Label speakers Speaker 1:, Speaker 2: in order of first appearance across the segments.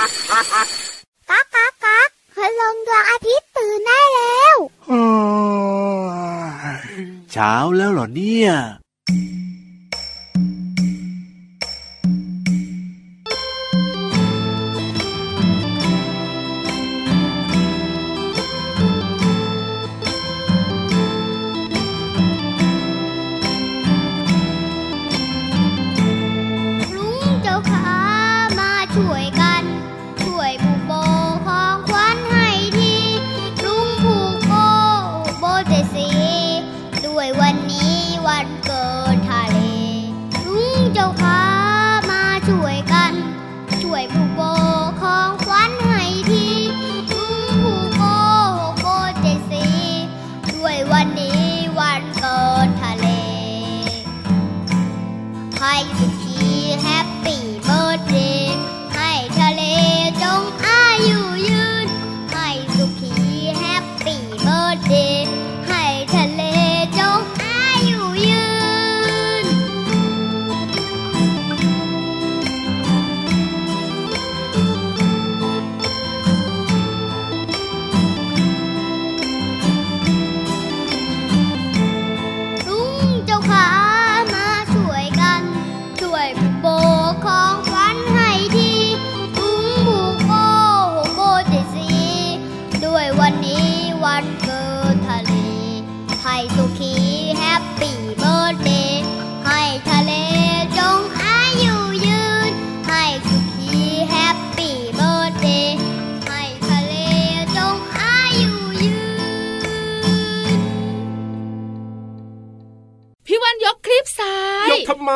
Speaker 1: ก๊ากก๊ากก๊ากพลงดวงอาทิตย์ตื่นได้แล้ว
Speaker 2: เช้าแล้วเหรอเนี่ย
Speaker 3: ลุงเจ้าขามาช่วยกัน ช่วยผูกโบของขวัญให้ทีลุงผูกโบโบเจดสีด้วยวันนี้วันเกิดทะเลลุงเจ้าขามาช่วยกัน ช่วยผูกโบของขวัญให้ทีลุงผูกโบโบเจดสีด้วยวันนี้วันเกิดทะเล ให้สุขีแฮปปี้เบิร์ดเดย์ให้ทะเลจงอายุยืน ให้สุขีแฮปปี้เบิร์ดเดย์ให้ทะเลจงอายุยืน ลุงเจ้าขามาช่วยกัน ช่วยผูกโบของขวัญให้ทีลุงผูกโบโบเจดสีด้วยวันนี้วันเกิดทะเลให้สุขีแฮปปี้เบิร์ดเดย์ให้ทะเลจงอายุยืน ให้สุขีแฮปปี้เบิร์ดเดย์ให้ทะเลจงอายุยืน
Speaker 4: พี่วันยกคลิปซ้าย
Speaker 5: ยกทำไม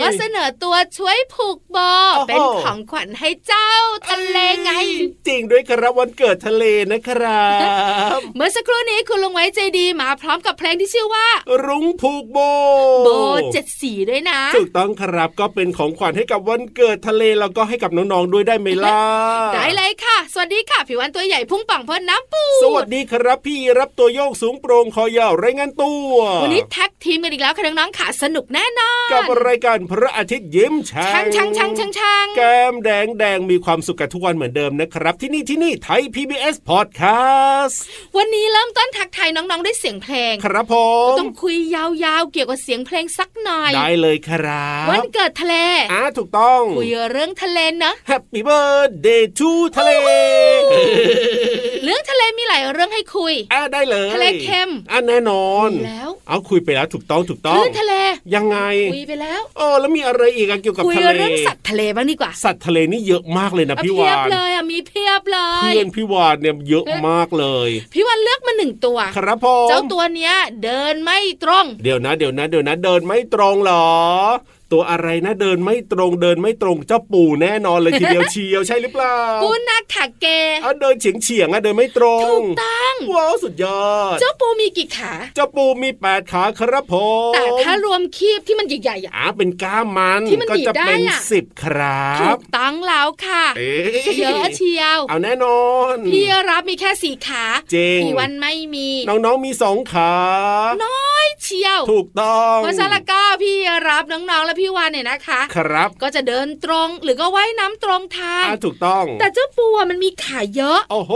Speaker 4: ก็เสนอตัวช่วยผูกโบ
Speaker 5: โอ้โห
Speaker 4: เป็นของขวัญให้เจ้าทะเลไง
Speaker 5: จริงด้วยครับวันเกิดทะเลนะครับ
Speaker 4: เมื่อสักครู่นี้คุณลุงไว้ใจดีมาพร้อมกับเพลงที่ชื่อว่า
Speaker 5: รุ้งผูกโบ
Speaker 4: โบเจ็ดสีด้วยนะ
Speaker 5: ถูกต้องครับก็เป็นของขวัญให้กับวันเกิดทะเลแล้วก็ให้กับน้องๆด้วยได้ไหมล่ะ
Speaker 4: ได้เลยค่ะ สวัสดีค่ะผิววันตัวใหญ่พุ่งป่องพอน้ำปู
Speaker 5: สวัสดีครับ พี่รับตัวโยกสูงโปร่งคอยาวไรายงานตัว
Speaker 4: วันนี้แท็กทีมกันอีกแล้วค่ะน้องๆค่ะสนุกแน่นอน
Speaker 5: กับรายการพระอาทิตย์ยิ้มช่า
Speaker 4: ช่าง งช่างช่างช่างช่าง
Speaker 5: แก้มแดงแดงมีความสุขกันทุกวันเหมือนเดิมนะครับ ที่นี่ที่นี่ไทย PBS Podcast
Speaker 4: วันนี้เริ่มต้นทักทายน้องๆด้วยเสียงเพลง
Speaker 5: ครับผม
Speaker 4: ต้องคุยยาวๆ เกี่ยวกับเสียงเพลงสักหน่อย
Speaker 5: ได้เลยครับ
Speaker 4: วันเกิดทะเล
Speaker 5: อ่าถูกต้อง
Speaker 4: คุยเรื่องทะเลนะ
Speaker 5: Happy birthday to ทะเล
Speaker 4: เรื่องทะเลมีหลายเรื่องให้คุย
Speaker 5: อ่าได้เลย
Speaker 4: ทะเลเค็ม
Speaker 5: อ่าแน่นอน
Speaker 4: แล้ว
Speaker 5: เอาคุยไปแล้วถูกต้องถูกต้
Speaker 4: ค
Speaker 5: อง
Speaker 4: ลื่นทะเล
Speaker 5: ยังไง
Speaker 4: คุยไปแล้ว
Speaker 5: เออแล้วมีอะไรอีกอะเกี่ยวกับ
Speaker 4: คุย
Speaker 5: ทะเล
Speaker 4: เรื่องสัตว์ทะเลบ้างดีกว่า
Speaker 5: สัตว์ทะเลนี่เยอะมากเลยนะ
Speaker 4: อ่ะ
Speaker 5: พี่
Speaker 4: เพี
Speaker 5: วาย
Speaker 4: บ
Speaker 5: น
Speaker 4: เลยอ่ะมีเพียบเลย
Speaker 5: เพื่อนพี่วานเนี่ยเยอะ
Speaker 4: เพื่อน
Speaker 5: มากเลย
Speaker 4: พี่วันเลือกมาหนึ่งตัว
Speaker 5: ครับผม
Speaker 4: เจ้าตัวเนี้ยเดินไม่ตรง
Speaker 5: เดี๋ยวนะเดี๋ยวนะเดี๋ยวนะ เดินไม่ตรงเหรอ ตัวอะไรนะเดินไม่ตรงเดินไม่ตรงเจ้าปู่แน่นอนเลยทีเดียวเชียวใช่หรือเปล่า
Speaker 4: ปูนาคาเก
Speaker 5: อ่ะเดินเฉียงเฉียงๆอะเดินไม่ตรง
Speaker 4: ถูกต้อง
Speaker 5: ว้าวสุดยอด
Speaker 4: เจ้าปูมีกี่ขา
Speaker 5: เจ้าปูมีแปดขาครับผม
Speaker 4: แต่ถ้ารวมคีบที่มันใหญ่ๆอ่ะ
Speaker 5: อ่าเป็นก้ามมัน
Speaker 4: ที่มัน
Speaker 5: ก็จะเป็น
Speaker 4: หนีบได้อะ
Speaker 5: สิบครั
Speaker 4: ถู
Speaker 5: บ
Speaker 4: กต้องแล้วค่ะ
Speaker 5: เอ๊
Speaker 4: เยอะเชียว
Speaker 5: เอาแน่นอน
Speaker 4: พี่รับมีแค่สี่ขา
Speaker 5: จริง
Speaker 4: พี่วันไม่มี
Speaker 5: น้องๆมีสองขา
Speaker 4: น้อยเชียว
Speaker 5: ถูกต้อง
Speaker 4: เพราะฉะนั้นแล้วก็พี่รับน้องๆและพี่วานเนี่ยนะคะ
Speaker 5: ครับ
Speaker 4: ก็จะเดินตรงหรือก็ว่ายน้ำตรงทาง
Speaker 5: อ่าถูกต้อง
Speaker 4: แต่เจ้าปูอะมันมีขาเยอะ
Speaker 5: โอ้โห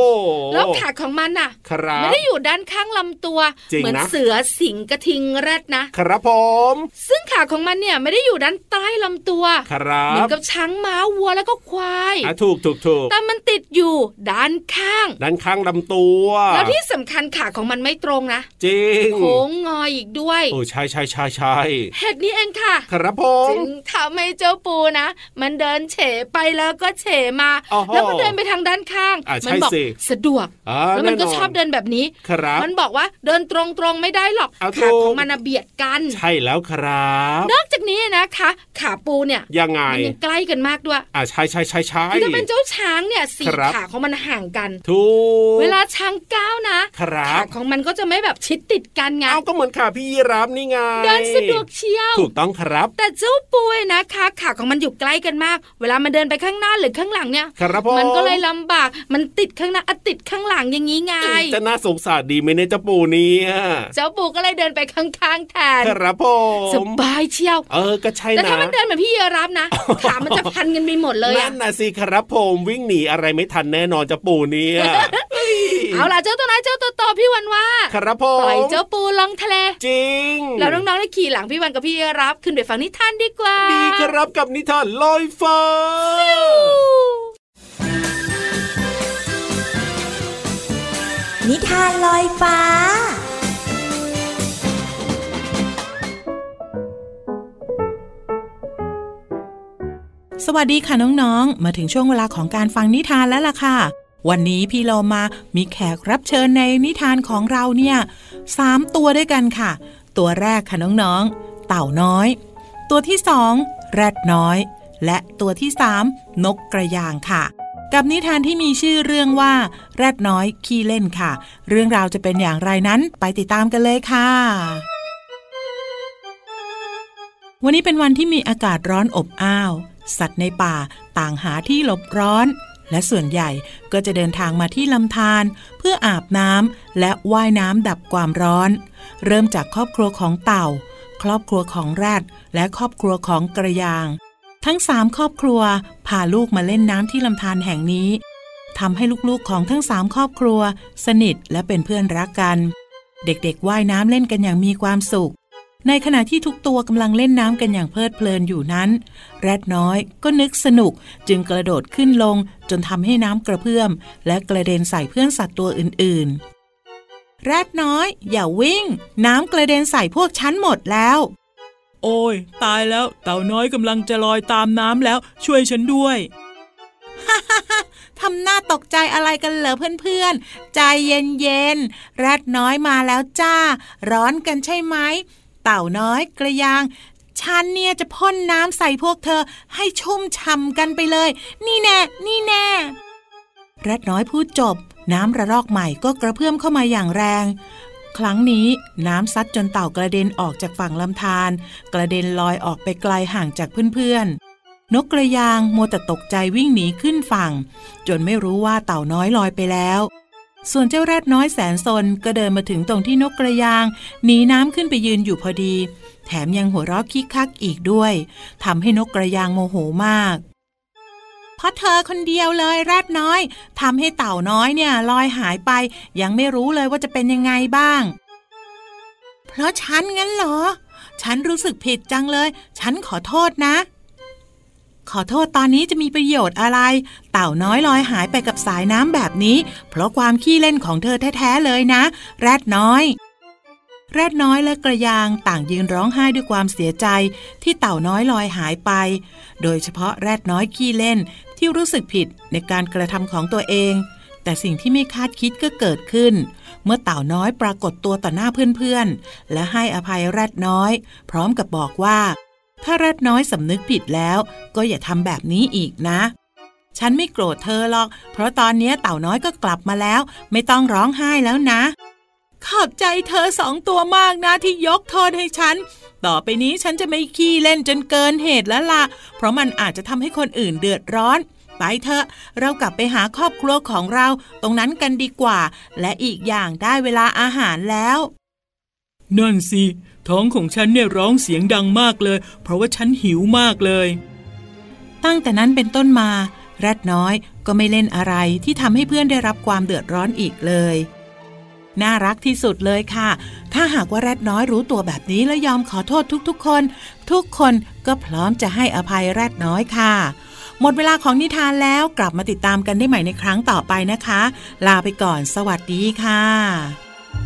Speaker 4: แล้วขาของมันน่ะ
Speaker 5: ครั
Speaker 4: ไม่
Speaker 5: บ
Speaker 4: ได้อยู่ด้านข้างลำตัว
Speaker 5: จริง
Speaker 4: เหมือน
Speaker 5: นะ
Speaker 4: เสือสิงกระทิงแรดนะ
Speaker 5: ครับผม
Speaker 4: ซึ่งขาของมันเนี่ยไม่ได้อยู่ด้านใต้ลำตัว
Speaker 5: ค
Speaker 4: เห
Speaker 5: รั
Speaker 4: มือน
Speaker 5: บ
Speaker 4: กับช้างม้าวัวแล้วก็ควาย
Speaker 5: อ่าถูกถูกถูก
Speaker 4: แต่มันติดอยู่ด้านข้าง
Speaker 5: ด้านข้างลำตัว
Speaker 4: แล้วที่สำคัญขาของมันไม่ตรงนะ
Speaker 5: จริง
Speaker 4: โค้งงออีกด้วย
Speaker 5: โอ้ใช่ใช่ใช่ใช่
Speaker 4: เหตุนี้เองค่ะ
Speaker 5: ครับผม
Speaker 4: จึงทำให้เจ้าปูนะ มันเดินเฉไปแล้วก็เฉมา
Speaker 5: อ๋อฮะ
Speaker 4: แล้วมันเดินไปทางด้านข้าง
Speaker 5: อ่ะใช่
Speaker 4: มับอก
Speaker 5: สิ
Speaker 4: สะดวก
Speaker 5: อ่า
Speaker 4: แล้วมันก็
Speaker 5: แ
Speaker 4: ชอบเดินแบบนี้
Speaker 5: ครับ
Speaker 4: มันบอกว่าเดินตรงๆไม่ได้หรอก
Speaker 5: เอา
Speaker 4: ขา
Speaker 5: ถูก
Speaker 4: ของมันน่ะเบียดกัน
Speaker 5: ใช่แล้วครับ
Speaker 4: นอกจากนี้นะคะ ขาปูเนี่ย
Speaker 5: ยังไง
Speaker 4: มันยังใกล้กันมากด้วย
Speaker 5: อ่าใช่ใช่ใช่ใช่
Speaker 4: คือถ้าเป็นเจ้าช้างเนี่ยสี่
Speaker 5: ครับ
Speaker 4: ขาของมันห่างกัน
Speaker 5: ถูก
Speaker 4: เวลาช้างก้าวนะ
Speaker 5: ครั
Speaker 4: ขา
Speaker 5: บ
Speaker 4: ของมันก็จะไม่แบบชิดติดกันไง
Speaker 5: เอาก็เหมือนข ค่ะพี่ยีรับนี่ไง
Speaker 4: เดินสะดวกเชียว
Speaker 5: ถูกต้องครับ
Speaker 4: แต่เจ้าปูเนี่ยนะคะขาของมันอยู่ใกล้กันมาก เวลามันเดินไปข้างหน้าหรือข้างหลังเนี่ย
Speaker 5: ครับผม
Speaker 4: มันก็เลยลำบาก มันติดข้างหน้าอะติดข้างหลังอย่างนี้ไง
Speaker 5: จะน่าสงสารดีไหมเนี่ยเจ้าปูเนี่ย
Speaker 4: เจ้าปูก็เลยเดินไปข้างๆแทน
Speaker 5: ครับผ
Speaker 4: ส
Speaker 5: ม
Speaker 4: บายเชียว
Speaker 5: เออก็ใช่
Speaker 4: แล้ว
Speaker 5: นะ
Speaker 4: ถ้ามันเดินเหมือนพี่เยรับนะ ขามันจะพันกันไปหมดเลย
Speaker 5: นั่
Speaker 4: อะ
Speaker 5: นนะสิครับผมวิ่งหนีอะไรไม่ทันแน่นอนเจ้าปูเนี่ยเฮ้ย
Speaker 4: เอาล่ะเจ้าตัวน้อยเจ้าตัวโตพี่วันว่า
Speaker 5: ครับผ
Speaker 4: ป
Speaker 5: ม
Speaker 4: ล่อยเจ้าปูลองทะเล
Speaker 5: จริง
Speaker 4: แล้วน้องๆได้ขี่หลังพี่วันกับพี่เยรับขึ้นไปฟังนิทานดีกว่า
Speaker 5: ดีครับกับนิทานลอยฟ้า
Speaker 6: นิทานลอยฟ้า
Speaker 7: สวัสดีค่ะน้องๆ มาถึงช่วงเวลาของการฟังนิทานแล้วล่ะค่ะ วันนี้พี่เรามามีแขกรับเชิญในนิทานของเราเนี่ยสามตัวด้วยกันค่ะ ตัวแรกค่ะน้องๆ เต่าน้อย ตัวที่สองแรดน้อย และตัวที่สามนกกระยางค่ะ กับนิทานที่มีชื่อเรื่องว่า แรดน้อยขี้เล่นค่ะ เรื่องราวจะเป็นอย่างไรนั้นไปติดตามกันเลยค่ะ วันนี้เป็นวันที่มีอากาศร้อนอบอ้าว สัตว์ในป่าต่างหาที่หลบร้อน และส่วนใหญ่ก็จะเดินทางมาที่ลำธารเพื่ออาบน้ำและว่ายน้ำดับความร้อน เริ่มจากครอบครัวของเต่า ครอบครัวของแรด และครอบครัวของกระยาง ทั้งสามครอบครัวพาลูกมาเล่นน้ำที่ลำธารแห่งนี้ทำให้ลูกๆของทั้งสามครอบครัว สนิทและเป็นเพื่อนรักกัน เด็กๆว่ายน้ำเล่นกันอย่างมีความสุข ในขณะที่ทุกตัวกำลังเล่นน้ำกันอย่างเพลิดเพลินอยู่นั้น แรดน้อยก็นึกสนุกจึงกระโดดขึ้นลงจนทำให้น้ำกระเพื่อม และกระเด็นใส่เพื่อนสัตว์ตัวอื่นๆ แรดน้อย อย่าวิ่ง น้ำกระเด็นใส่พวกฉันหมดแล้ว โอ้ย ตายแล้ว เต่าน้อยกำลังจะลอยตามน้ำแล้วช่วยฉันด้วย ทำหน้าตกใจอะไรกันเหรอเพื่อนๆ ใจเย็นๆ แรดน้อยมาแล้วจ้า ร้อนกันใช่ไหม เต่าน้อยกระยาง ฉันเนี่ยจะพ่นน้ำใส่พวกเธอให้ชุ่มฉ่ำกันไปเลย นี่แน่ นี่แน่ แรดน้อยพูดจบ น้ำระลอกใหม่ก็กระเพื่อมเข้ามาอย่างแรง ครั้งนี้น้ำซัดจนเต่ากระเด็นออกจากฝั่งลำธารกระเด็นลอยออกไปไกลห่างจากเพื่อนๆ นกกระยางมัวแต่ตกใจวิ่งหนีขึ้นฝั่ง จนไม่รู้ว่าเต่าน้อยลอยไปแล้ว ส่วนเจ้าแรดน้อยแสนซนก็เดินมาถึงตรงที่นกกระยางหนีน้ำขึ้นไปยืนอยู่พอดี แถมยังหัวเราะคิกคักอีกด้วยทำให้นกกระยางโมโหมาก เพราะเธอคนเดียวเลยแรดน้อยทำให้เต่าน้อยเนี่ยลอยหายไป ยังไม่รู้เลยว่าจะเป็นยังไงบ้าง เพราะฉันงั้นเหรอ ฉันรู้สึกผิดจังเลย ฉันขอโทษนะ ขอโทษตอนนี้จะมีประโยชน์อะไร เต่าน้อยลอยหายไปกับสายน้ำแบบนี้ เพราะความขี้เล่นของเธอแท้ๆเลยนะ แรดน้อย แรดน้อยและกระยางต่างยืนร้องไห้ด้วยความเสียใจ ที่เต่าน้อยลอยหายไป โดยเฉพาะแรดน้อยขี้เล่นที่รู้สึกผิดในการกระทำของตัวเอง แต่สิ่งที่ไม่คาดคิดก็เกิดขึ้น เมื่อเต่าน้อยปรากฏตัวต่อหน้าเพื่อนๆ และให้อภัยแรดน้อย พร้อมกับบอกว่า ถ้าแรดน้อยสำนึกผิดแล้ว ก็อย่าทำแบบนี้อีกนะ ฉันไม่โกรธเธอหรอก เพราะตอนนี้เต่าน้อยก็กลับมาแล้ว ไม่ต้องร้องไห้แล้วนะ ขอบใจเธอสองตัวมากนะที่ยกโทษให้ฉัน ต่อไปนี้ฉันจะไม่ขี้เล่นจนเกินเหตุแล้วล่ะ เพราะมันอาจจะทำให้คนอื่นเดือดร้อน ไปเถอะ เรากลับไปหาครอบครัวของเราตรงนั้นกันดีกว่า และอีกอย่างได้เวลาอาหารแล้ว นั่นสิ ท้องของฉันเนี่ยร้องเสียงดังมากเลย เพราะว่าฉันหิวมากเลย ตั้งแต่นั้นเป็นต้นมา แรดน้อยก็ไม่เล่นอะไรที่ทำให้เพื่อนได้รับความเดือดร้อนอีกเลย น่ารักที่สุดเลยค่ะ ถ้าหากว่าแรดน้อยรู้ตัวแบบนี้แล้วยอมขอโทษทุกๆคน ทุกคนก็พร้อมจะให้อภัยแรดน้อยค่ะ หมดเวลาของนิทานแล้วกลับมาติดตามกันได้ใหม่ในครั้งต่อไปนะคะ ลาไปก่อน สวัสดีค่ะ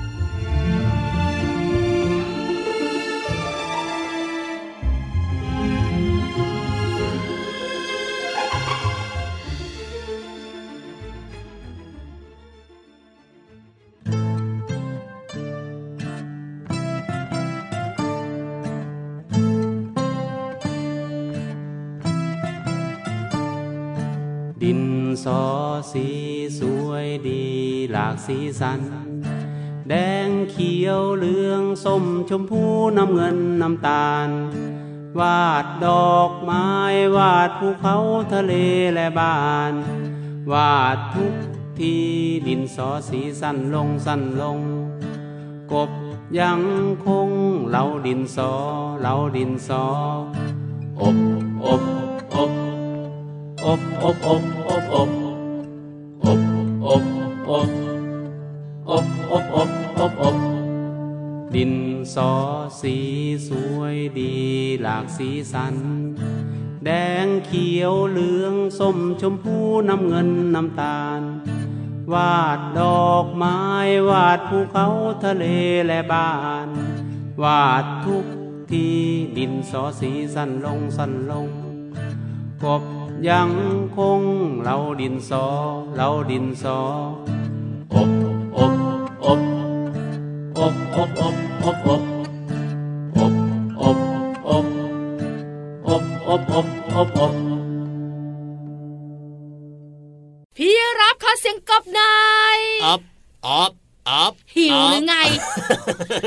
Speaker 8: ดินสอสีสวยดีหลากสีสัน แดงเขียวเหลืองส้มชมพูน้ำเงินน้ำตาล วาดดอกไม้วาดภูเขาทะเลและบ้าน วาดทุกทีดินสอสีสั้นลงสั้นลง กบยังคงเหลาดินสอเหลาดินสอ อบอบอบอบอบอบอบอบอบอบอบอบอบอบอบอบดินสอสีสวยดีหลากสีสัน แดงเขียวเหลืองส้มชมพูน้ำเงินน้ำตาล วาดดอกไม้วาดภูเขาทะเลและบ้าน วาดทุกทีดินสอสีสั้นลงสั้นลง กบยังคงเราดินสอเราดินสอ อบอบอบอบอบอบอบอบอบอบอบอบอบอบอบอบ
Speaker 4: พี่รับขอเสียงกบหน่อย
Speaker 5: อัพอัพอัพ
Speaker 4: หิวหรือไง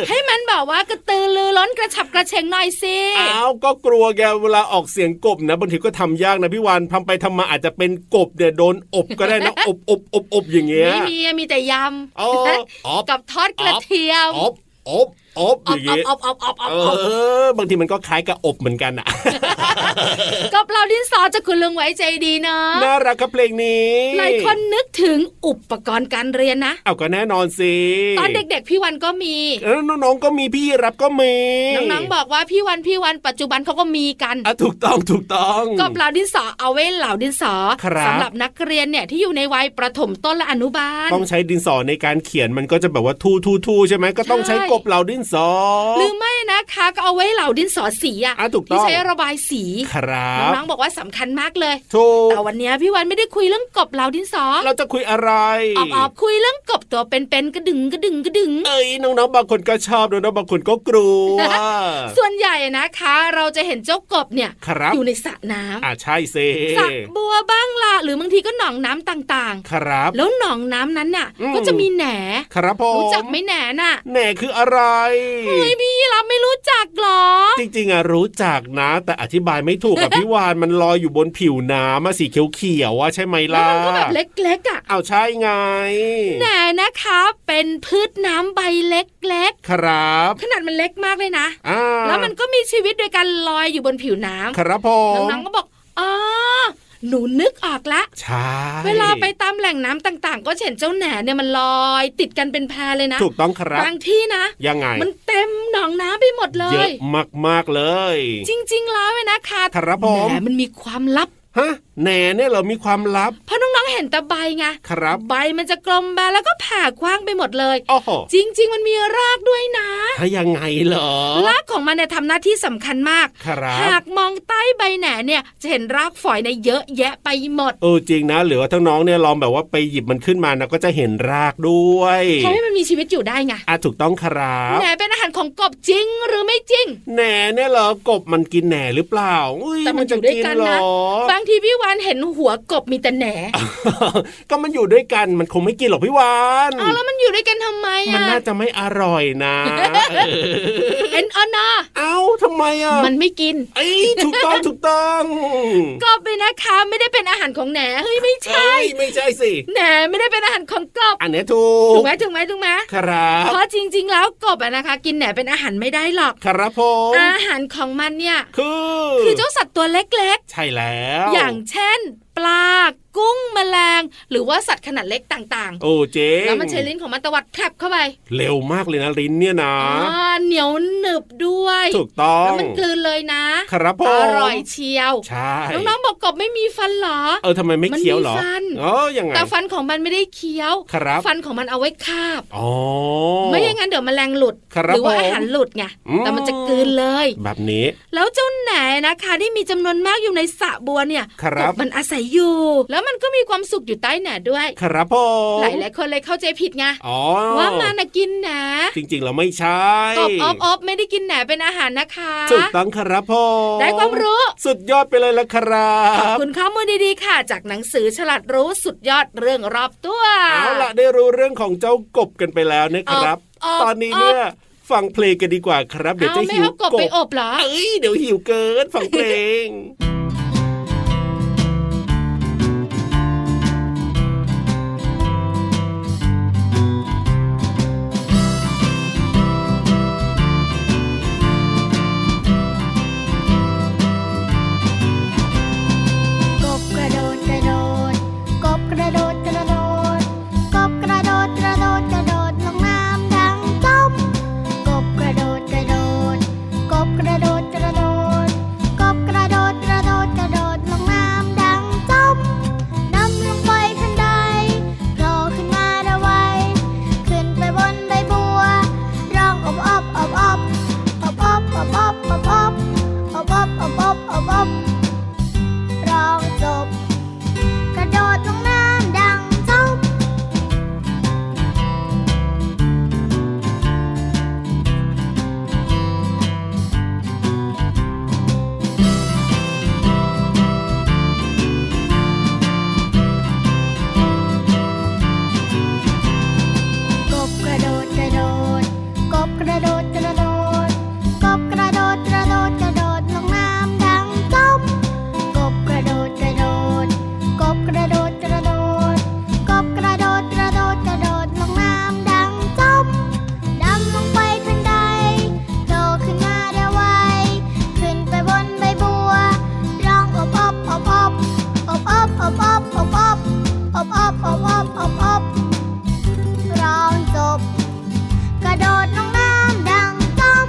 Speaker 4: ให้มันบอกว่ากระตือรือร้นกระฉับกระเฉงหน่อยสิ
Speaker 5: อ้าวก็กลัวแกเวลาออกเสียงกบนะบางทีก็ทำยากนะพี่วานทำไปทำมาอาจจะเป็นกบเนี่ยโดนอบก็ได้นะ อบอบอบอบอย่างเงี้ย
Speaker 4: ไม่มีมีแต่ย
Speaker 5: อ๋อ
Speaker 4: ำ
Speaker 5: อบ
Speaker 4: กับทอดกระเทียม
Speaker 5: อบอบอบอย่างเงี้ย
Speaker 4: อบอบอบอบ
Speaker 5: เอ
Speaker 4: อบอบ
Speaker 5: อบางทีมันก็คล้ายกับอบเหมือนกันอ่ะ
Speaker 4: กบเราดินสอจะคุณลุงไว้ใจดีเนาะ
Speaker 5: น่ารักครับเพลงนี้
Speaker 4: หลายคนนึกถึงอุปกรณ์การเรียนนะ
Speaker 5: เอาก็แน่นอนสิ
Speaker 4: ตอนเด็กๆพี่วันก็มี
Speaker 5: เออน้องๆก็มีพี่รับก็มี
Speaker 4: น้องๆบอกว่าพี่วันพี่วันปัจจุบันเขาก็มีกัน
Speaker 5: อ่ะถูกต้องถูกต้อง
Speaker 4: กบเหล่าดินสอเอาไว้เหล่าดินสอ
Speaker 5: ครับ
Speaker 4: สำหรับนักเรียนเนี่ยที่อยู่ในวัยประถมต้นและอนุบาล
Speaker 5: ต้องใช้ดินสอในการเขียนมันก็จะแบบว่าทูทูทูใช่ไหมก็ต้อง
Speaker 4: ใช่
Speaker 5: ใช้กบเหล่าดินสอ
Speaker 4: หรือไม่นะคะก็เอาไว้เหล่าดินสอสีอะ
Speaker 5: อ่ะถูกต้อง
Speaker 4: ที่ใช้ระบายสี
Speaker 5: ครับ
Speaker 4: น้องๆบอกว่าสำคัญมากเลย
Speaker 5: ถูก
Speaker 4: แต่วันเนี้ยพี่วันไม่ได้คุยเรื่องกบเหล่าดินสอ
Speaker 5: เราจะคุยอะไร
Speaker 4: ออบออบคุยเรื่องกบตัวเป็นๆกระดึงกระดึงกระดึง
Speaker 5: เอ้ยน้องๆบางคนก็ชอบน้องๆบางคนก็กลัว
Speaker 4: ส่วนใหญ่นะคะ เราจะเห็นเจ้ากบเนี่ย
Speaker 5: ครับ
Speaker 4: อยู่ในสระน้ำ
Speaker 5: อ่าใช่เซ
Speaker 4: สระบัวบ้างล่ะหรือบางทีก็หนองน้ำต่าง
Speaker 5: ครับ
Speaker 4: ๆ แล้วหนองน้ำนั้นน่ะ
Speaker 5: อืม
Speaker 4: ก็จะมีแหน
Speaker 5: ครับผม
Speaker 4: รู้จักไหมแหนน่ะ
Speaker 5: แหน่คืออะไร
Speaker 4: เฮ้ยพี่รับไม่รู้จักเหรอ
Speaker 5: จริงๆอะรู้จักนะ แต่อธิบายไม่ถูกอะ พี่วานมันลอยอยู่บนผิวน้ำอะสีเขียวๆอะใช่ไหม
Speaker 4: แล้ว
Speaker 5: ล่ะ
Speaker 4: มันก็แบบเล็กๆอ่ะ
Speaker 5: เอาใช่ไง
Speaker 4: แหน่นะคะ เป็นพืชน้ำใบเล็ก
Speaker 5: ครับ
Speaker 4: ๆ ขนาดมันเล็กมากเลยนะ
Speaker 5: อ่า
Speaker 4: แล้วมันก็มีชีวิตโดยการลอยอยู่บนผิวน้ำ
Speaker 5: ครับผม
Speaker 4: น้องๆก็บอกอ๋อหนูนึกออกละ
Speaker 5: ใช่
Speaker 4: เวลาไปตามแหล่งน้ำต่างๆ ก็เห็นเจ้าแหน่เนี่ยมันลอย ติดกันเป็นแพรเลยนะ
Speaker 5: ถูกต้องครับ
Speaker 4: บางที่นะ
Speaker 5: ยังไง
Speaker 4: มันเต็มหนองน้ำไปหมดเล
Speaker 5: เยอะ
Speaker 4: ย
Speaker 5: มากๆเลย
Speaker 4: จริง ๆ แล้วเว้ยนะคะ
Speaker 5: ครับผม
Speaker 4: แหน่มันมีความลับ
Speaker 5: ฮะแหน่เนี่ยเรามีความลับ
Speaker 4: เพราะน้องๆเห็นแต่ใบไง
Speaker 5: ครับ
Speaker 4: ใบมันจะกลมมาแล้วก็ผ่ากว้างไปหมดเลย
Speaker 5: โอ้โห
Speaker 4: จริง ๆ มันมีรากด้วยนะ
Speaker 5: ถ้ายังไงเหรอ
Speaker 4: รากของมันเนี่ยทำหน้าที่สำคัญมาก
Speaker 5: ครับ
Speaker 4: หากมองใต้ใบแหน่เนี่ยจะเห็นรากฝอยในยเยอะแยะไปหมด
Speaker 5: เออจริงนะหรือว่าทั้งน้องเนี่ยลองแบบว่าไปหยิบมันขึ้นมานะก็จะเห็นรากด้วย
Speaker 4: ทำให้มันมีชีวิตอยู่ได้ไง
Speaker 5: อ่ะถูกต้องครับ
Speaker 4: แหน่เป็นอาหารของกบจริงหรือไม่จริง
Speaker 5: แหน่เนี่ยเหรอกบมันกินแหน่หรือเปล่าอุ้ย
Speaker 4: แต่มัน
Speaker 5: จะ
Speaker 4: อยู่ด้วย
Speaker 5: กิน
Speaker 4: กัน
Speaker 5: เหร
Speaker 4: นะ
Speaker 5: อบ
Speaker 4: างทีพี่วานเห็นหัวกบมีแต่แหน่
Speaker 5: ก็มันอยู่ด้วยกันมันคงไม่กินหรอกพี่วาน
Speaker 4: เอาแล้วมันอยู่ด้วยกันทำไม
Speaker 5: มัน
Speaker 4: อ่ะ
Speaker 5: น่าจะไม่อร่อย นะ
Speaker 4: เอ็นอนา
Speaker 5: เอ้าทำไมอ่ะ
Speaker 4: มันไม่กิน
Speaker 5: ไอ้ยถูกต้อง ถูกต้อง
Speaker 4: กบเนี่ยนะคะไม่ได้เป็นอาหารของแหน่เฮ้ยไม่ใช่
Speaker 5: เอ้ยไม่ใช่สิ
Speaker 4: แหน่ไม่ได้เป็นอาหารของกบ
Speaker 5: อันเนี้ยถูก
Speaker 4: ถูกไหมถูกไหมถูกไหม
Speaker 5: ครับ
Speaker 4: เพราะจริงๆ แล้วกบอะนะคะ กินแหนเป็นอาหารไม่ได้หรอก
Speaker 5: ครับผม
Speaker 4: อาหารของมันเนี่ย
Speaker 5: คือ
Speaker 4: คือเจ้าสัตว์ตัวเล็ก
Speaker 5: ใช่แล้ว
Speaker 4: ๆ อย่างเช่น ปลากุ้งแมลง หรือว่าสัตว์ขนาดเล็กต่าง
Speaker 5: โอ้เจ๊
Speaker 4: ๆ แล้วมันใช้ลิ้นของมันตวัดแผลบเข้าไป
Speaker 5: เร็วมากเลยนะลิ้นเนี่ยนะ
Speaker 4: อ่าเหนียวหนึบด้วย
Speaker 5: ถูกต้อง
Speaker 4: แล้วมันกลืนเลยนะครับ
Speaker 5: ผม
Speaker 4: อร่อยเชียว
Speaker 5: ใช่
Speaker 4: น้องๆบอกกบไม่มีฟันเหรอ
Speaker 5: เออทำไมไม่เคี้ยวเหรอ
Speaker 4: มันมีฟัน
Speaker 5: เอ๋อยังไง
Speaker 4: แต่ฟันของมันไม่ได้เคี้ยว
Speaker 5: ครับ
Speaker 4: ฟันของมันเอาไว้คาบ
Speaker 5: อ๋อ
Speaker 4: ไม่อย่างนั้นเดี๋ยวแมลงหลุด
Speaker 5: ครับ
Speaker 4: หรือว่า
Speaker 5: ผม
Speaker 4: อาหารหลุดไง
Speaker 5: อืม
Speaker 4: แต่มันจะกลืนเลย
Speaker 5: แบบนี้
Speaker 4: แล้วเจ้าแหนนะคะที่มีจำนวนมากอยู่ในสระบัวเนี่ย
Speaker 5: ครับ
Speaker 4: กมันอาศัยอยู่ แล้วมันก็มีความสุขอยู่ใต้แหนด้วย
Speaker 5: ครับผม
Speaker 4: หลายหลายๆคนเลยเข้าใจผิดไง
Speaker 5: อ๋อ
Speaker 4: ว่ามันน่ะกินแหน
Speaker 5: จริงๆเราไม่ใช่
Speaker 4: กบอบอบไม่ได้กินแหนเป็นอาหารนะคะ
Speaker 5: ถูกต้องครับผม
Speaker 4: ได้ความรู้
Speaker 5: สุดยอดไปเลยละครั
Speaker 4: ขอบบ คุณข้อมูลดีๆค่ะ จากหนังสือฉลาดรู้สุดยอดเรื่องรอบตัว
Speaker 5: เอาล่ะได้รู้เรื่องของเจ้ากบกันไปแล้วนะ
Speaker 4: อ
Speaker 5: ครับ
Speaker 4: อบ
Speaker 5: ตอนนี้เนี่ยฟังเพลงกันดีกว่าครับ เดี๋ยว
Speaker 4: เอา
Speaker 5: จะ
Speaker 4: ไม่
Speaker 5: หิว
Speaker 4: เอากบไปอบเหรอ
Speaker 5: เอ้ยเดี๋ยวหิวเกินฟังเพลง
Speaker 9: กบกระโดดกระโดด กบกระโดดกระโดด กบกระโดดกระโดดกระโดดลงน้ำดังจ้อมกบกระโดดกระโดด กบกระโดดกระโดด กบกระโดดกระโดดกระโดดลงน้ำดังจ้อมดำลงไปทันใดโผล่ขึ้นมาระไวขึ้นไปบนใบบัวร้องอบอบอบอบอบอบอบอบอบอบอบอบอบอบอบอบ ร้องจบ กระโดดลงน้ำดังจ้องกบกระโดดกระโดด กบกระโดดกระโดด กบกระโดดกระโดดกระโดดลงน้ำดังจ้อง กบกระโดดกระโดด กบกระโดดกระโดด กบกระโดดกระโดดกระโดดลงน้ำดังจมดำลงไปทันใดโผล่ขึ้นมาได้ไวขึ้นไปบนใบบัวร้องอบอบอบอบอบอบอบอบอบอบอบอบอบอบอบอบร้องจบ กระโดดลงน้ำดังจม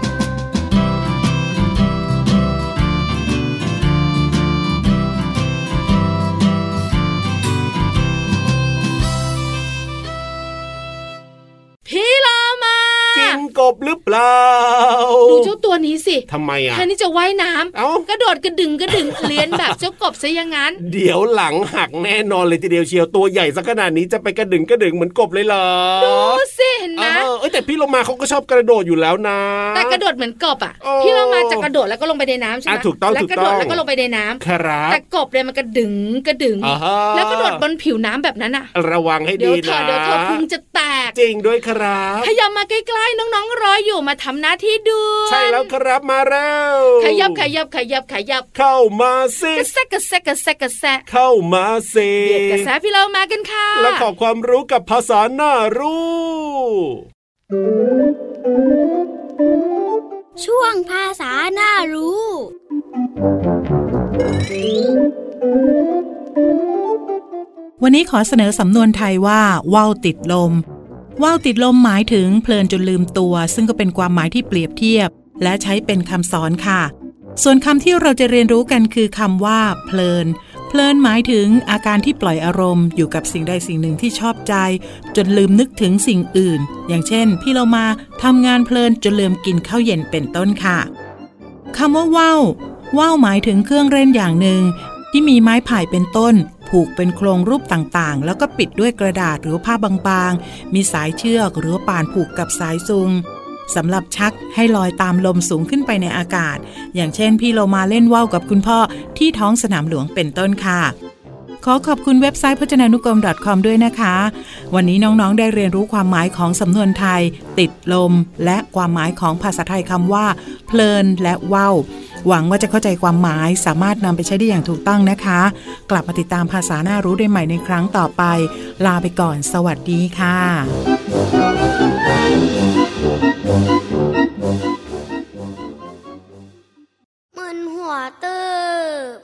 Speaker 4: พี่โลมา
Speaker 5: กินกบหรือเปล่า
Speaker 4: ดูเจ้าตัวนี้สิ
Speaker 5: ทำไมอ่ะ
Speaker 4: แค่นี้จะว่ายน้ำ
Speaker 5: เอ้า
Speaker 4: กระโดดกระดึงกระดึง เลียนแบบเจ้ากบซะอย่างนั้น
Speaker 5: เดี๋ยวหลังหักแน่นอนเลยทีเดียวเชียวตัวใหญ่สักขนาดนี้จะไปกระดึงกระดึงเหมือนกบเลยเหรอ
Speaker 4: ดูสิเห็นไหม
Speaker 5: เออเอ้ยแต่พี่โลมาเขาก็ชอบกระโดดอยู่แล้วนะ
Speaker 4: แต่กระโดดเหมือนกบอ่ะ
Speaker 5: โอ้
Speaker 4: พี่โลมาจะกระโดดแล้วก็ลงไปในน้ำใช่ไหม
Speaker 5: อ่ะถูกต้อง
Speaker 4: แล้วกระโด
Speaker 5: ถูกต้
Speaker 4: ด
Speaker 5: อง
Speaker 4: แล้วก็ลงไปในน้ำ
Speaker 5: ครับ
Speaker 4: แต่กบเลยมันกระดึงกระดึง
Speaker 5: อ่าฮะ
Speaker 4: แล้วกระโดดบนผิวน้ำแบบนั้นอ่ะ
Speaker 5: ระวังให้
Speaker 4: เดี๋ย
Speaker 5: ดี
Speaker 4: วเธอ
Speaker 5: นะ
Speaker 4: เดี๋ยวเธอพุงจะแตก
Speaker 5: จริงด้วยครับ
Speaker 4: ขยับมาใกล้ๆน้องๆรออยู่มาทำหน้าที่ดู
Speaker 5: ใช่แล้วครับมาแล้ว
Speaker 4: ขยับขยับขยับขยับ
Speaker 5: เข้ามาสิ
Speaker 4: กระแซะกระแซะกระแซะกระแซะ
Speaker 5: เข้ามาสิ
Speaker 4: เบียดกระแซะพี่เรามากันค่ะ
Speaker 5: และขอความรู้กับภาษาหน้ารู้
Speaker 9: ช่วงภาษาน่ารู้
Speaker 7: วันนี้ขอเสนอสำนวนไทยว่าว่าวติดลมว่าวติดลมหมายถึงเพลินจนลืมตัว ซึ่งก็เป็นความหมายที่เปรียบเทียบ และใช้เป็นคำสอนค่ะ ส่วนคำที่เราจะเรียนรู้กันคือคำว่า เพลิน เพลินหมายถึงอาการที่ปล่อยอารมณ์อยู่กับสิ่งใดสิ่งหนึ่งที่ชอบใจ จนลืมนึกถึงสิ่งอื่น อย่างเช่น พี่เรามาทำงานเพลินจนลืมกินข้าวเย็นเป็นต้นค่ะ คำว่าว่าวว่าวหมายถึงเครื่องเล่นอย่างหนึ่ง ที่มีไม้ไผ่เป็นต้น ผูกเป็นโครงรูปต่างๆ แล้วก็ปิดด้วยกระดาษหรือผ้าบางๆ มีสายเชือกหรือป่านผูกกับสายซุงสำหรับชักให้ลอยตามลมสูงขึ้นไปในอากาศ อย่างเช่นพี่โลมาเล่นว่าวกับคุณพ่อที่ท้องสนามหลวงเป็นต้นค่ะ ขอขอบคุณเว็บไซต์พจนานุกรม .com ด้วยนะคะ วันนี้น้องๆ ได้เรียนรู้ความหมายของสำนวนไทย ติดลม และความหมายของภาษาไทยคำว่า เพลินและว่าวหวังว่าจะเข้าใจความหมายสามารถนำไปใช้ได้อย่างถูกต้องนะคะ กลับมาติดตามภาษาหน้ารู้ได้ใหม่ในครั้งต่อไป ลาไปก่อน สวัสดีค่ะ
Speaker 9: มึนหัวตืบ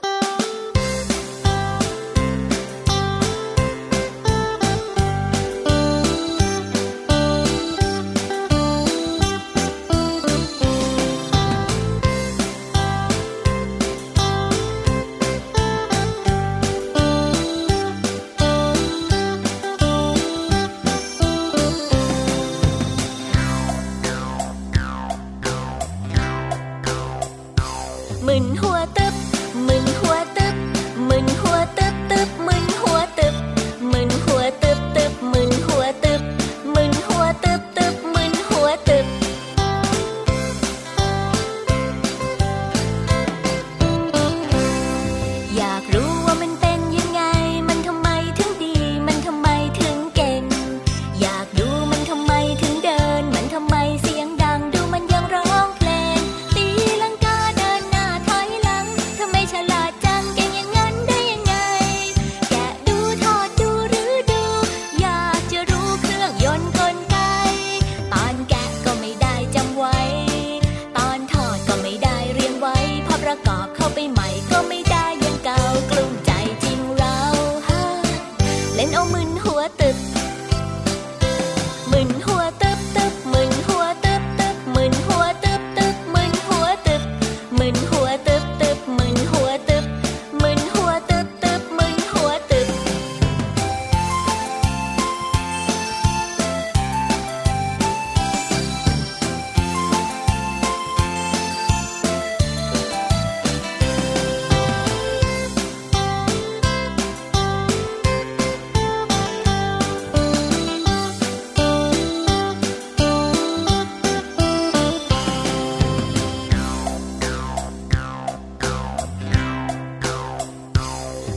Speaker 10: นเอามึนหัวตึบมึนหัวตึบตึบมึนหัวตึบตึบมึนหัวตึบตึบมึนหัวตึบมึนหัวตึบตึบมึนหัวตึบมึนหัวตึบตึบมึนหัวตึบ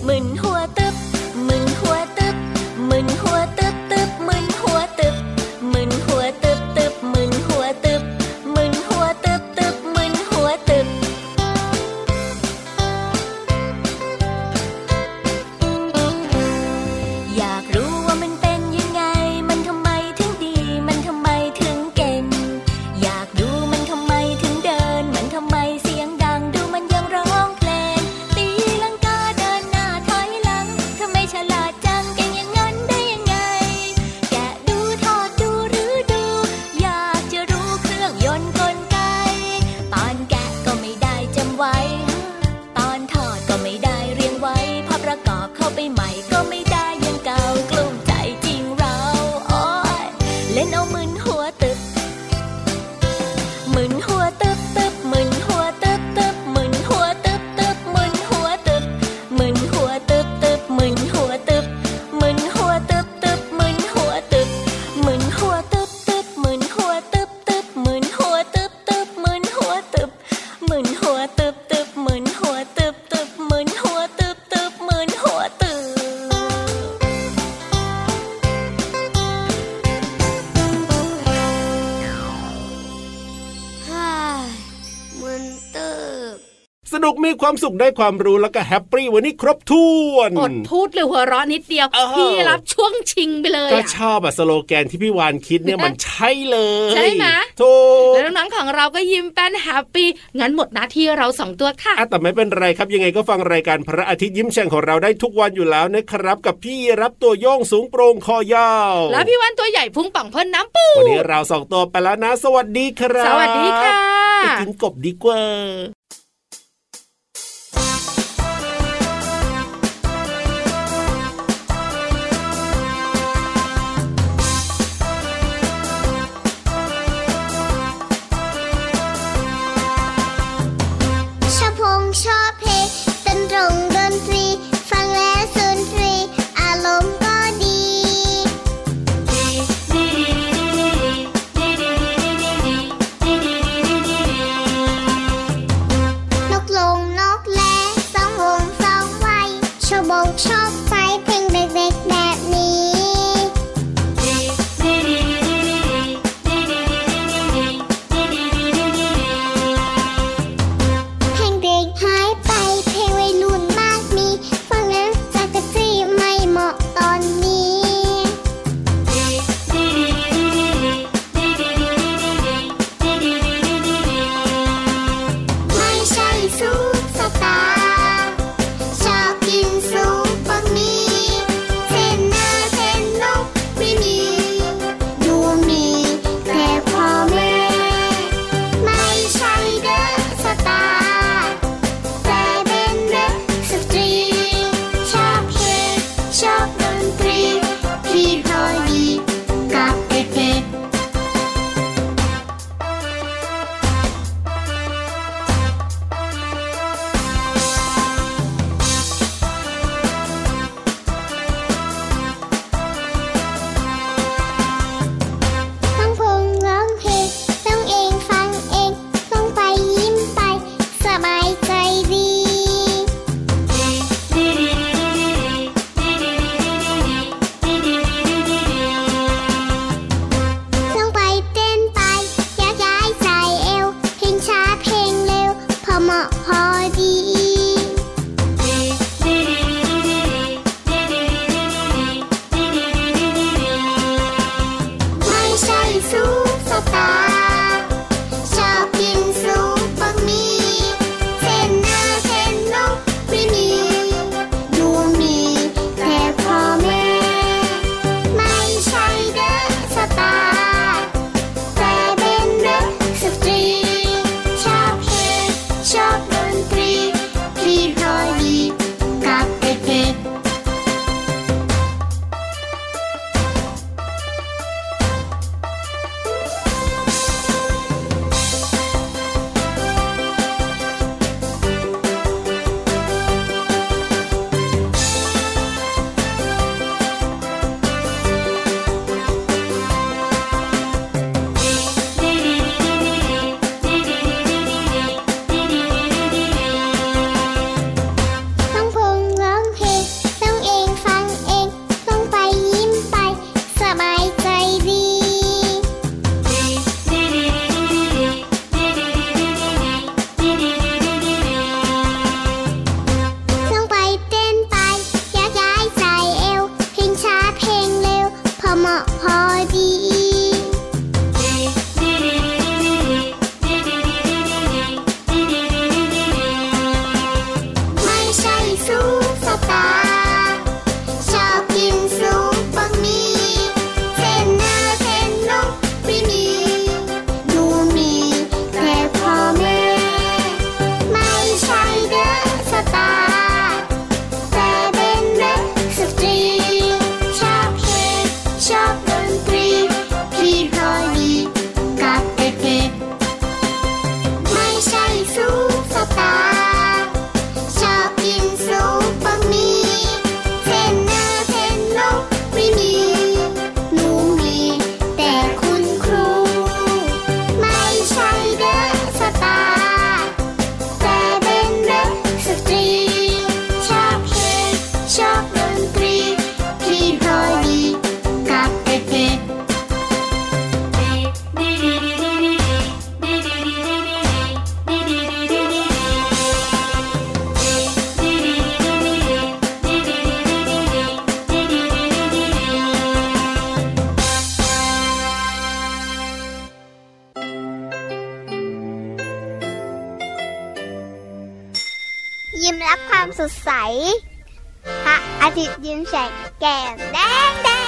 Speaker 10: มึนหัวตึบมึนหัวตึบมึนหัวตึบตึบมึนหัวตึบมึนหัวตึบตึบมึนหัวตึบมึนหัวตึบตึบมึนหัวตึบ อยากรู้ว่ามันเป็นยังไง มันทำไมถึงดี มันทำไมถึงเก่ง อยากดูมันทำไมถึงเดิน มันทำไมเสียงดัง ดูมันยังร้องเพลง ตีลังกาเดินหน้าถอยหลังทำไมฉลาดจังเก่งอย่างนั้นได้ยังไง แกะดูทอดดูหรือดู อยากจะรู้เครื่องยนต์กลไก ตอนแกะก็ไม่ได้จำไว้ ตอนทอดก็ไม่ได้เรียงไว้พอประกอบเข้าไปใหม่ก็ไม่ได้อยังเก่ากลุ้มใจจริงเราโอ้ยเล่นเอามึนหัวตึก มึนหัวตึบตึบมึนหัวตึบตึบมึนหัวตึบตึบมึนหัวตึบมึนหัวตึบตึบมึนหัวตึบมึนหัวตึบตึบมึนหัวตึบมึนหัวตึบตึบมึนหัวตึบตึบมึนหัวตึบตึบมึนหัวตึบมึนหัวตึบตึบมึนหัวตึบตึบมึนหัวตึบตึบมึนหัวตึบ
Speaker 3: ฮ่ามันตึบ
Speaker 5: สนุกมีความสุขได้ความรู้แล้วก็แฮปปี้วันนี้ครบถ้วน
Speaker 4: อดพูดหรือหัวเราะนิดเดียว
Speaker 5: เออ
Speaker 4: พี่รับช่วงชิงไปเลย
Speaker 5: ก็
Speaker 4: อะ
Speaker 5: ชอบอะสโลแกนที่พี่วานคิดเนี่ยมันใช่เลย
Speaker 4: ใช่ไหม
Speaker 5: ถูก
Speaker 4: แล้วน้องๆของเราก็ยิ้มแป้นแฮปปี้งั้นหมดหน้าที่เราสองตัวค่ะ
Speaker 5: อ่ะแต่ไม่เป็นไรครับยังไงก็ฟังรายการพระอาทิตย์ยิ้มแฉ่งของเราได้ทุกวันอยู่แล้วนะครับ กับพี่รับตัวโยงสูงโปร่งคอยาว
Speaker 4: แล้วพี่วันตัวใหญ่พุงป่องพ่นน้ำปู
Speaker 5: วันนี้เราสองตัวไปแล้วนะ สวัสดีครับ
Speaker 4: สวัสดีค่ะ
Speaker 5: ไปกินกบดีกว่า
Speaker 1: ชอบพงชอบเพลงดนตรงดนตรี ฟังแล้วสุนทรีอารมณ์ก็ดี นกลงนกแลสองวงสองไวยชอบบกชอบไฟเพลงเด็กๆแบบนี้ เพลงเด็กหายไปเพลงวัยรุ่นมากมี ฟังแล้วจากกะจี้ไม่เหมาะตอนนี้ ไม่ใช่ซุปสตาร์ชอบกินซุปบะหมี่เทรนเนอร์เทรนนกไม่มี ดูมีแต่พ่อแม่ ไม่ใช่เด็กสตาร์แต่เป็นเด็กสตรี ชอบเพลงชอบดนตรีพี่พอดีกับเด็กๆ ฟังพงร้องเพลงต้องเองฟังเองต้องไปยิ้มไป สบายใจดี
Speaker 10: Dee dee dee dee dee dee dee dee dee
Speaker 1: ามสดใส พระอาทิตย์ยิ้มแฉกแก้มแดงแด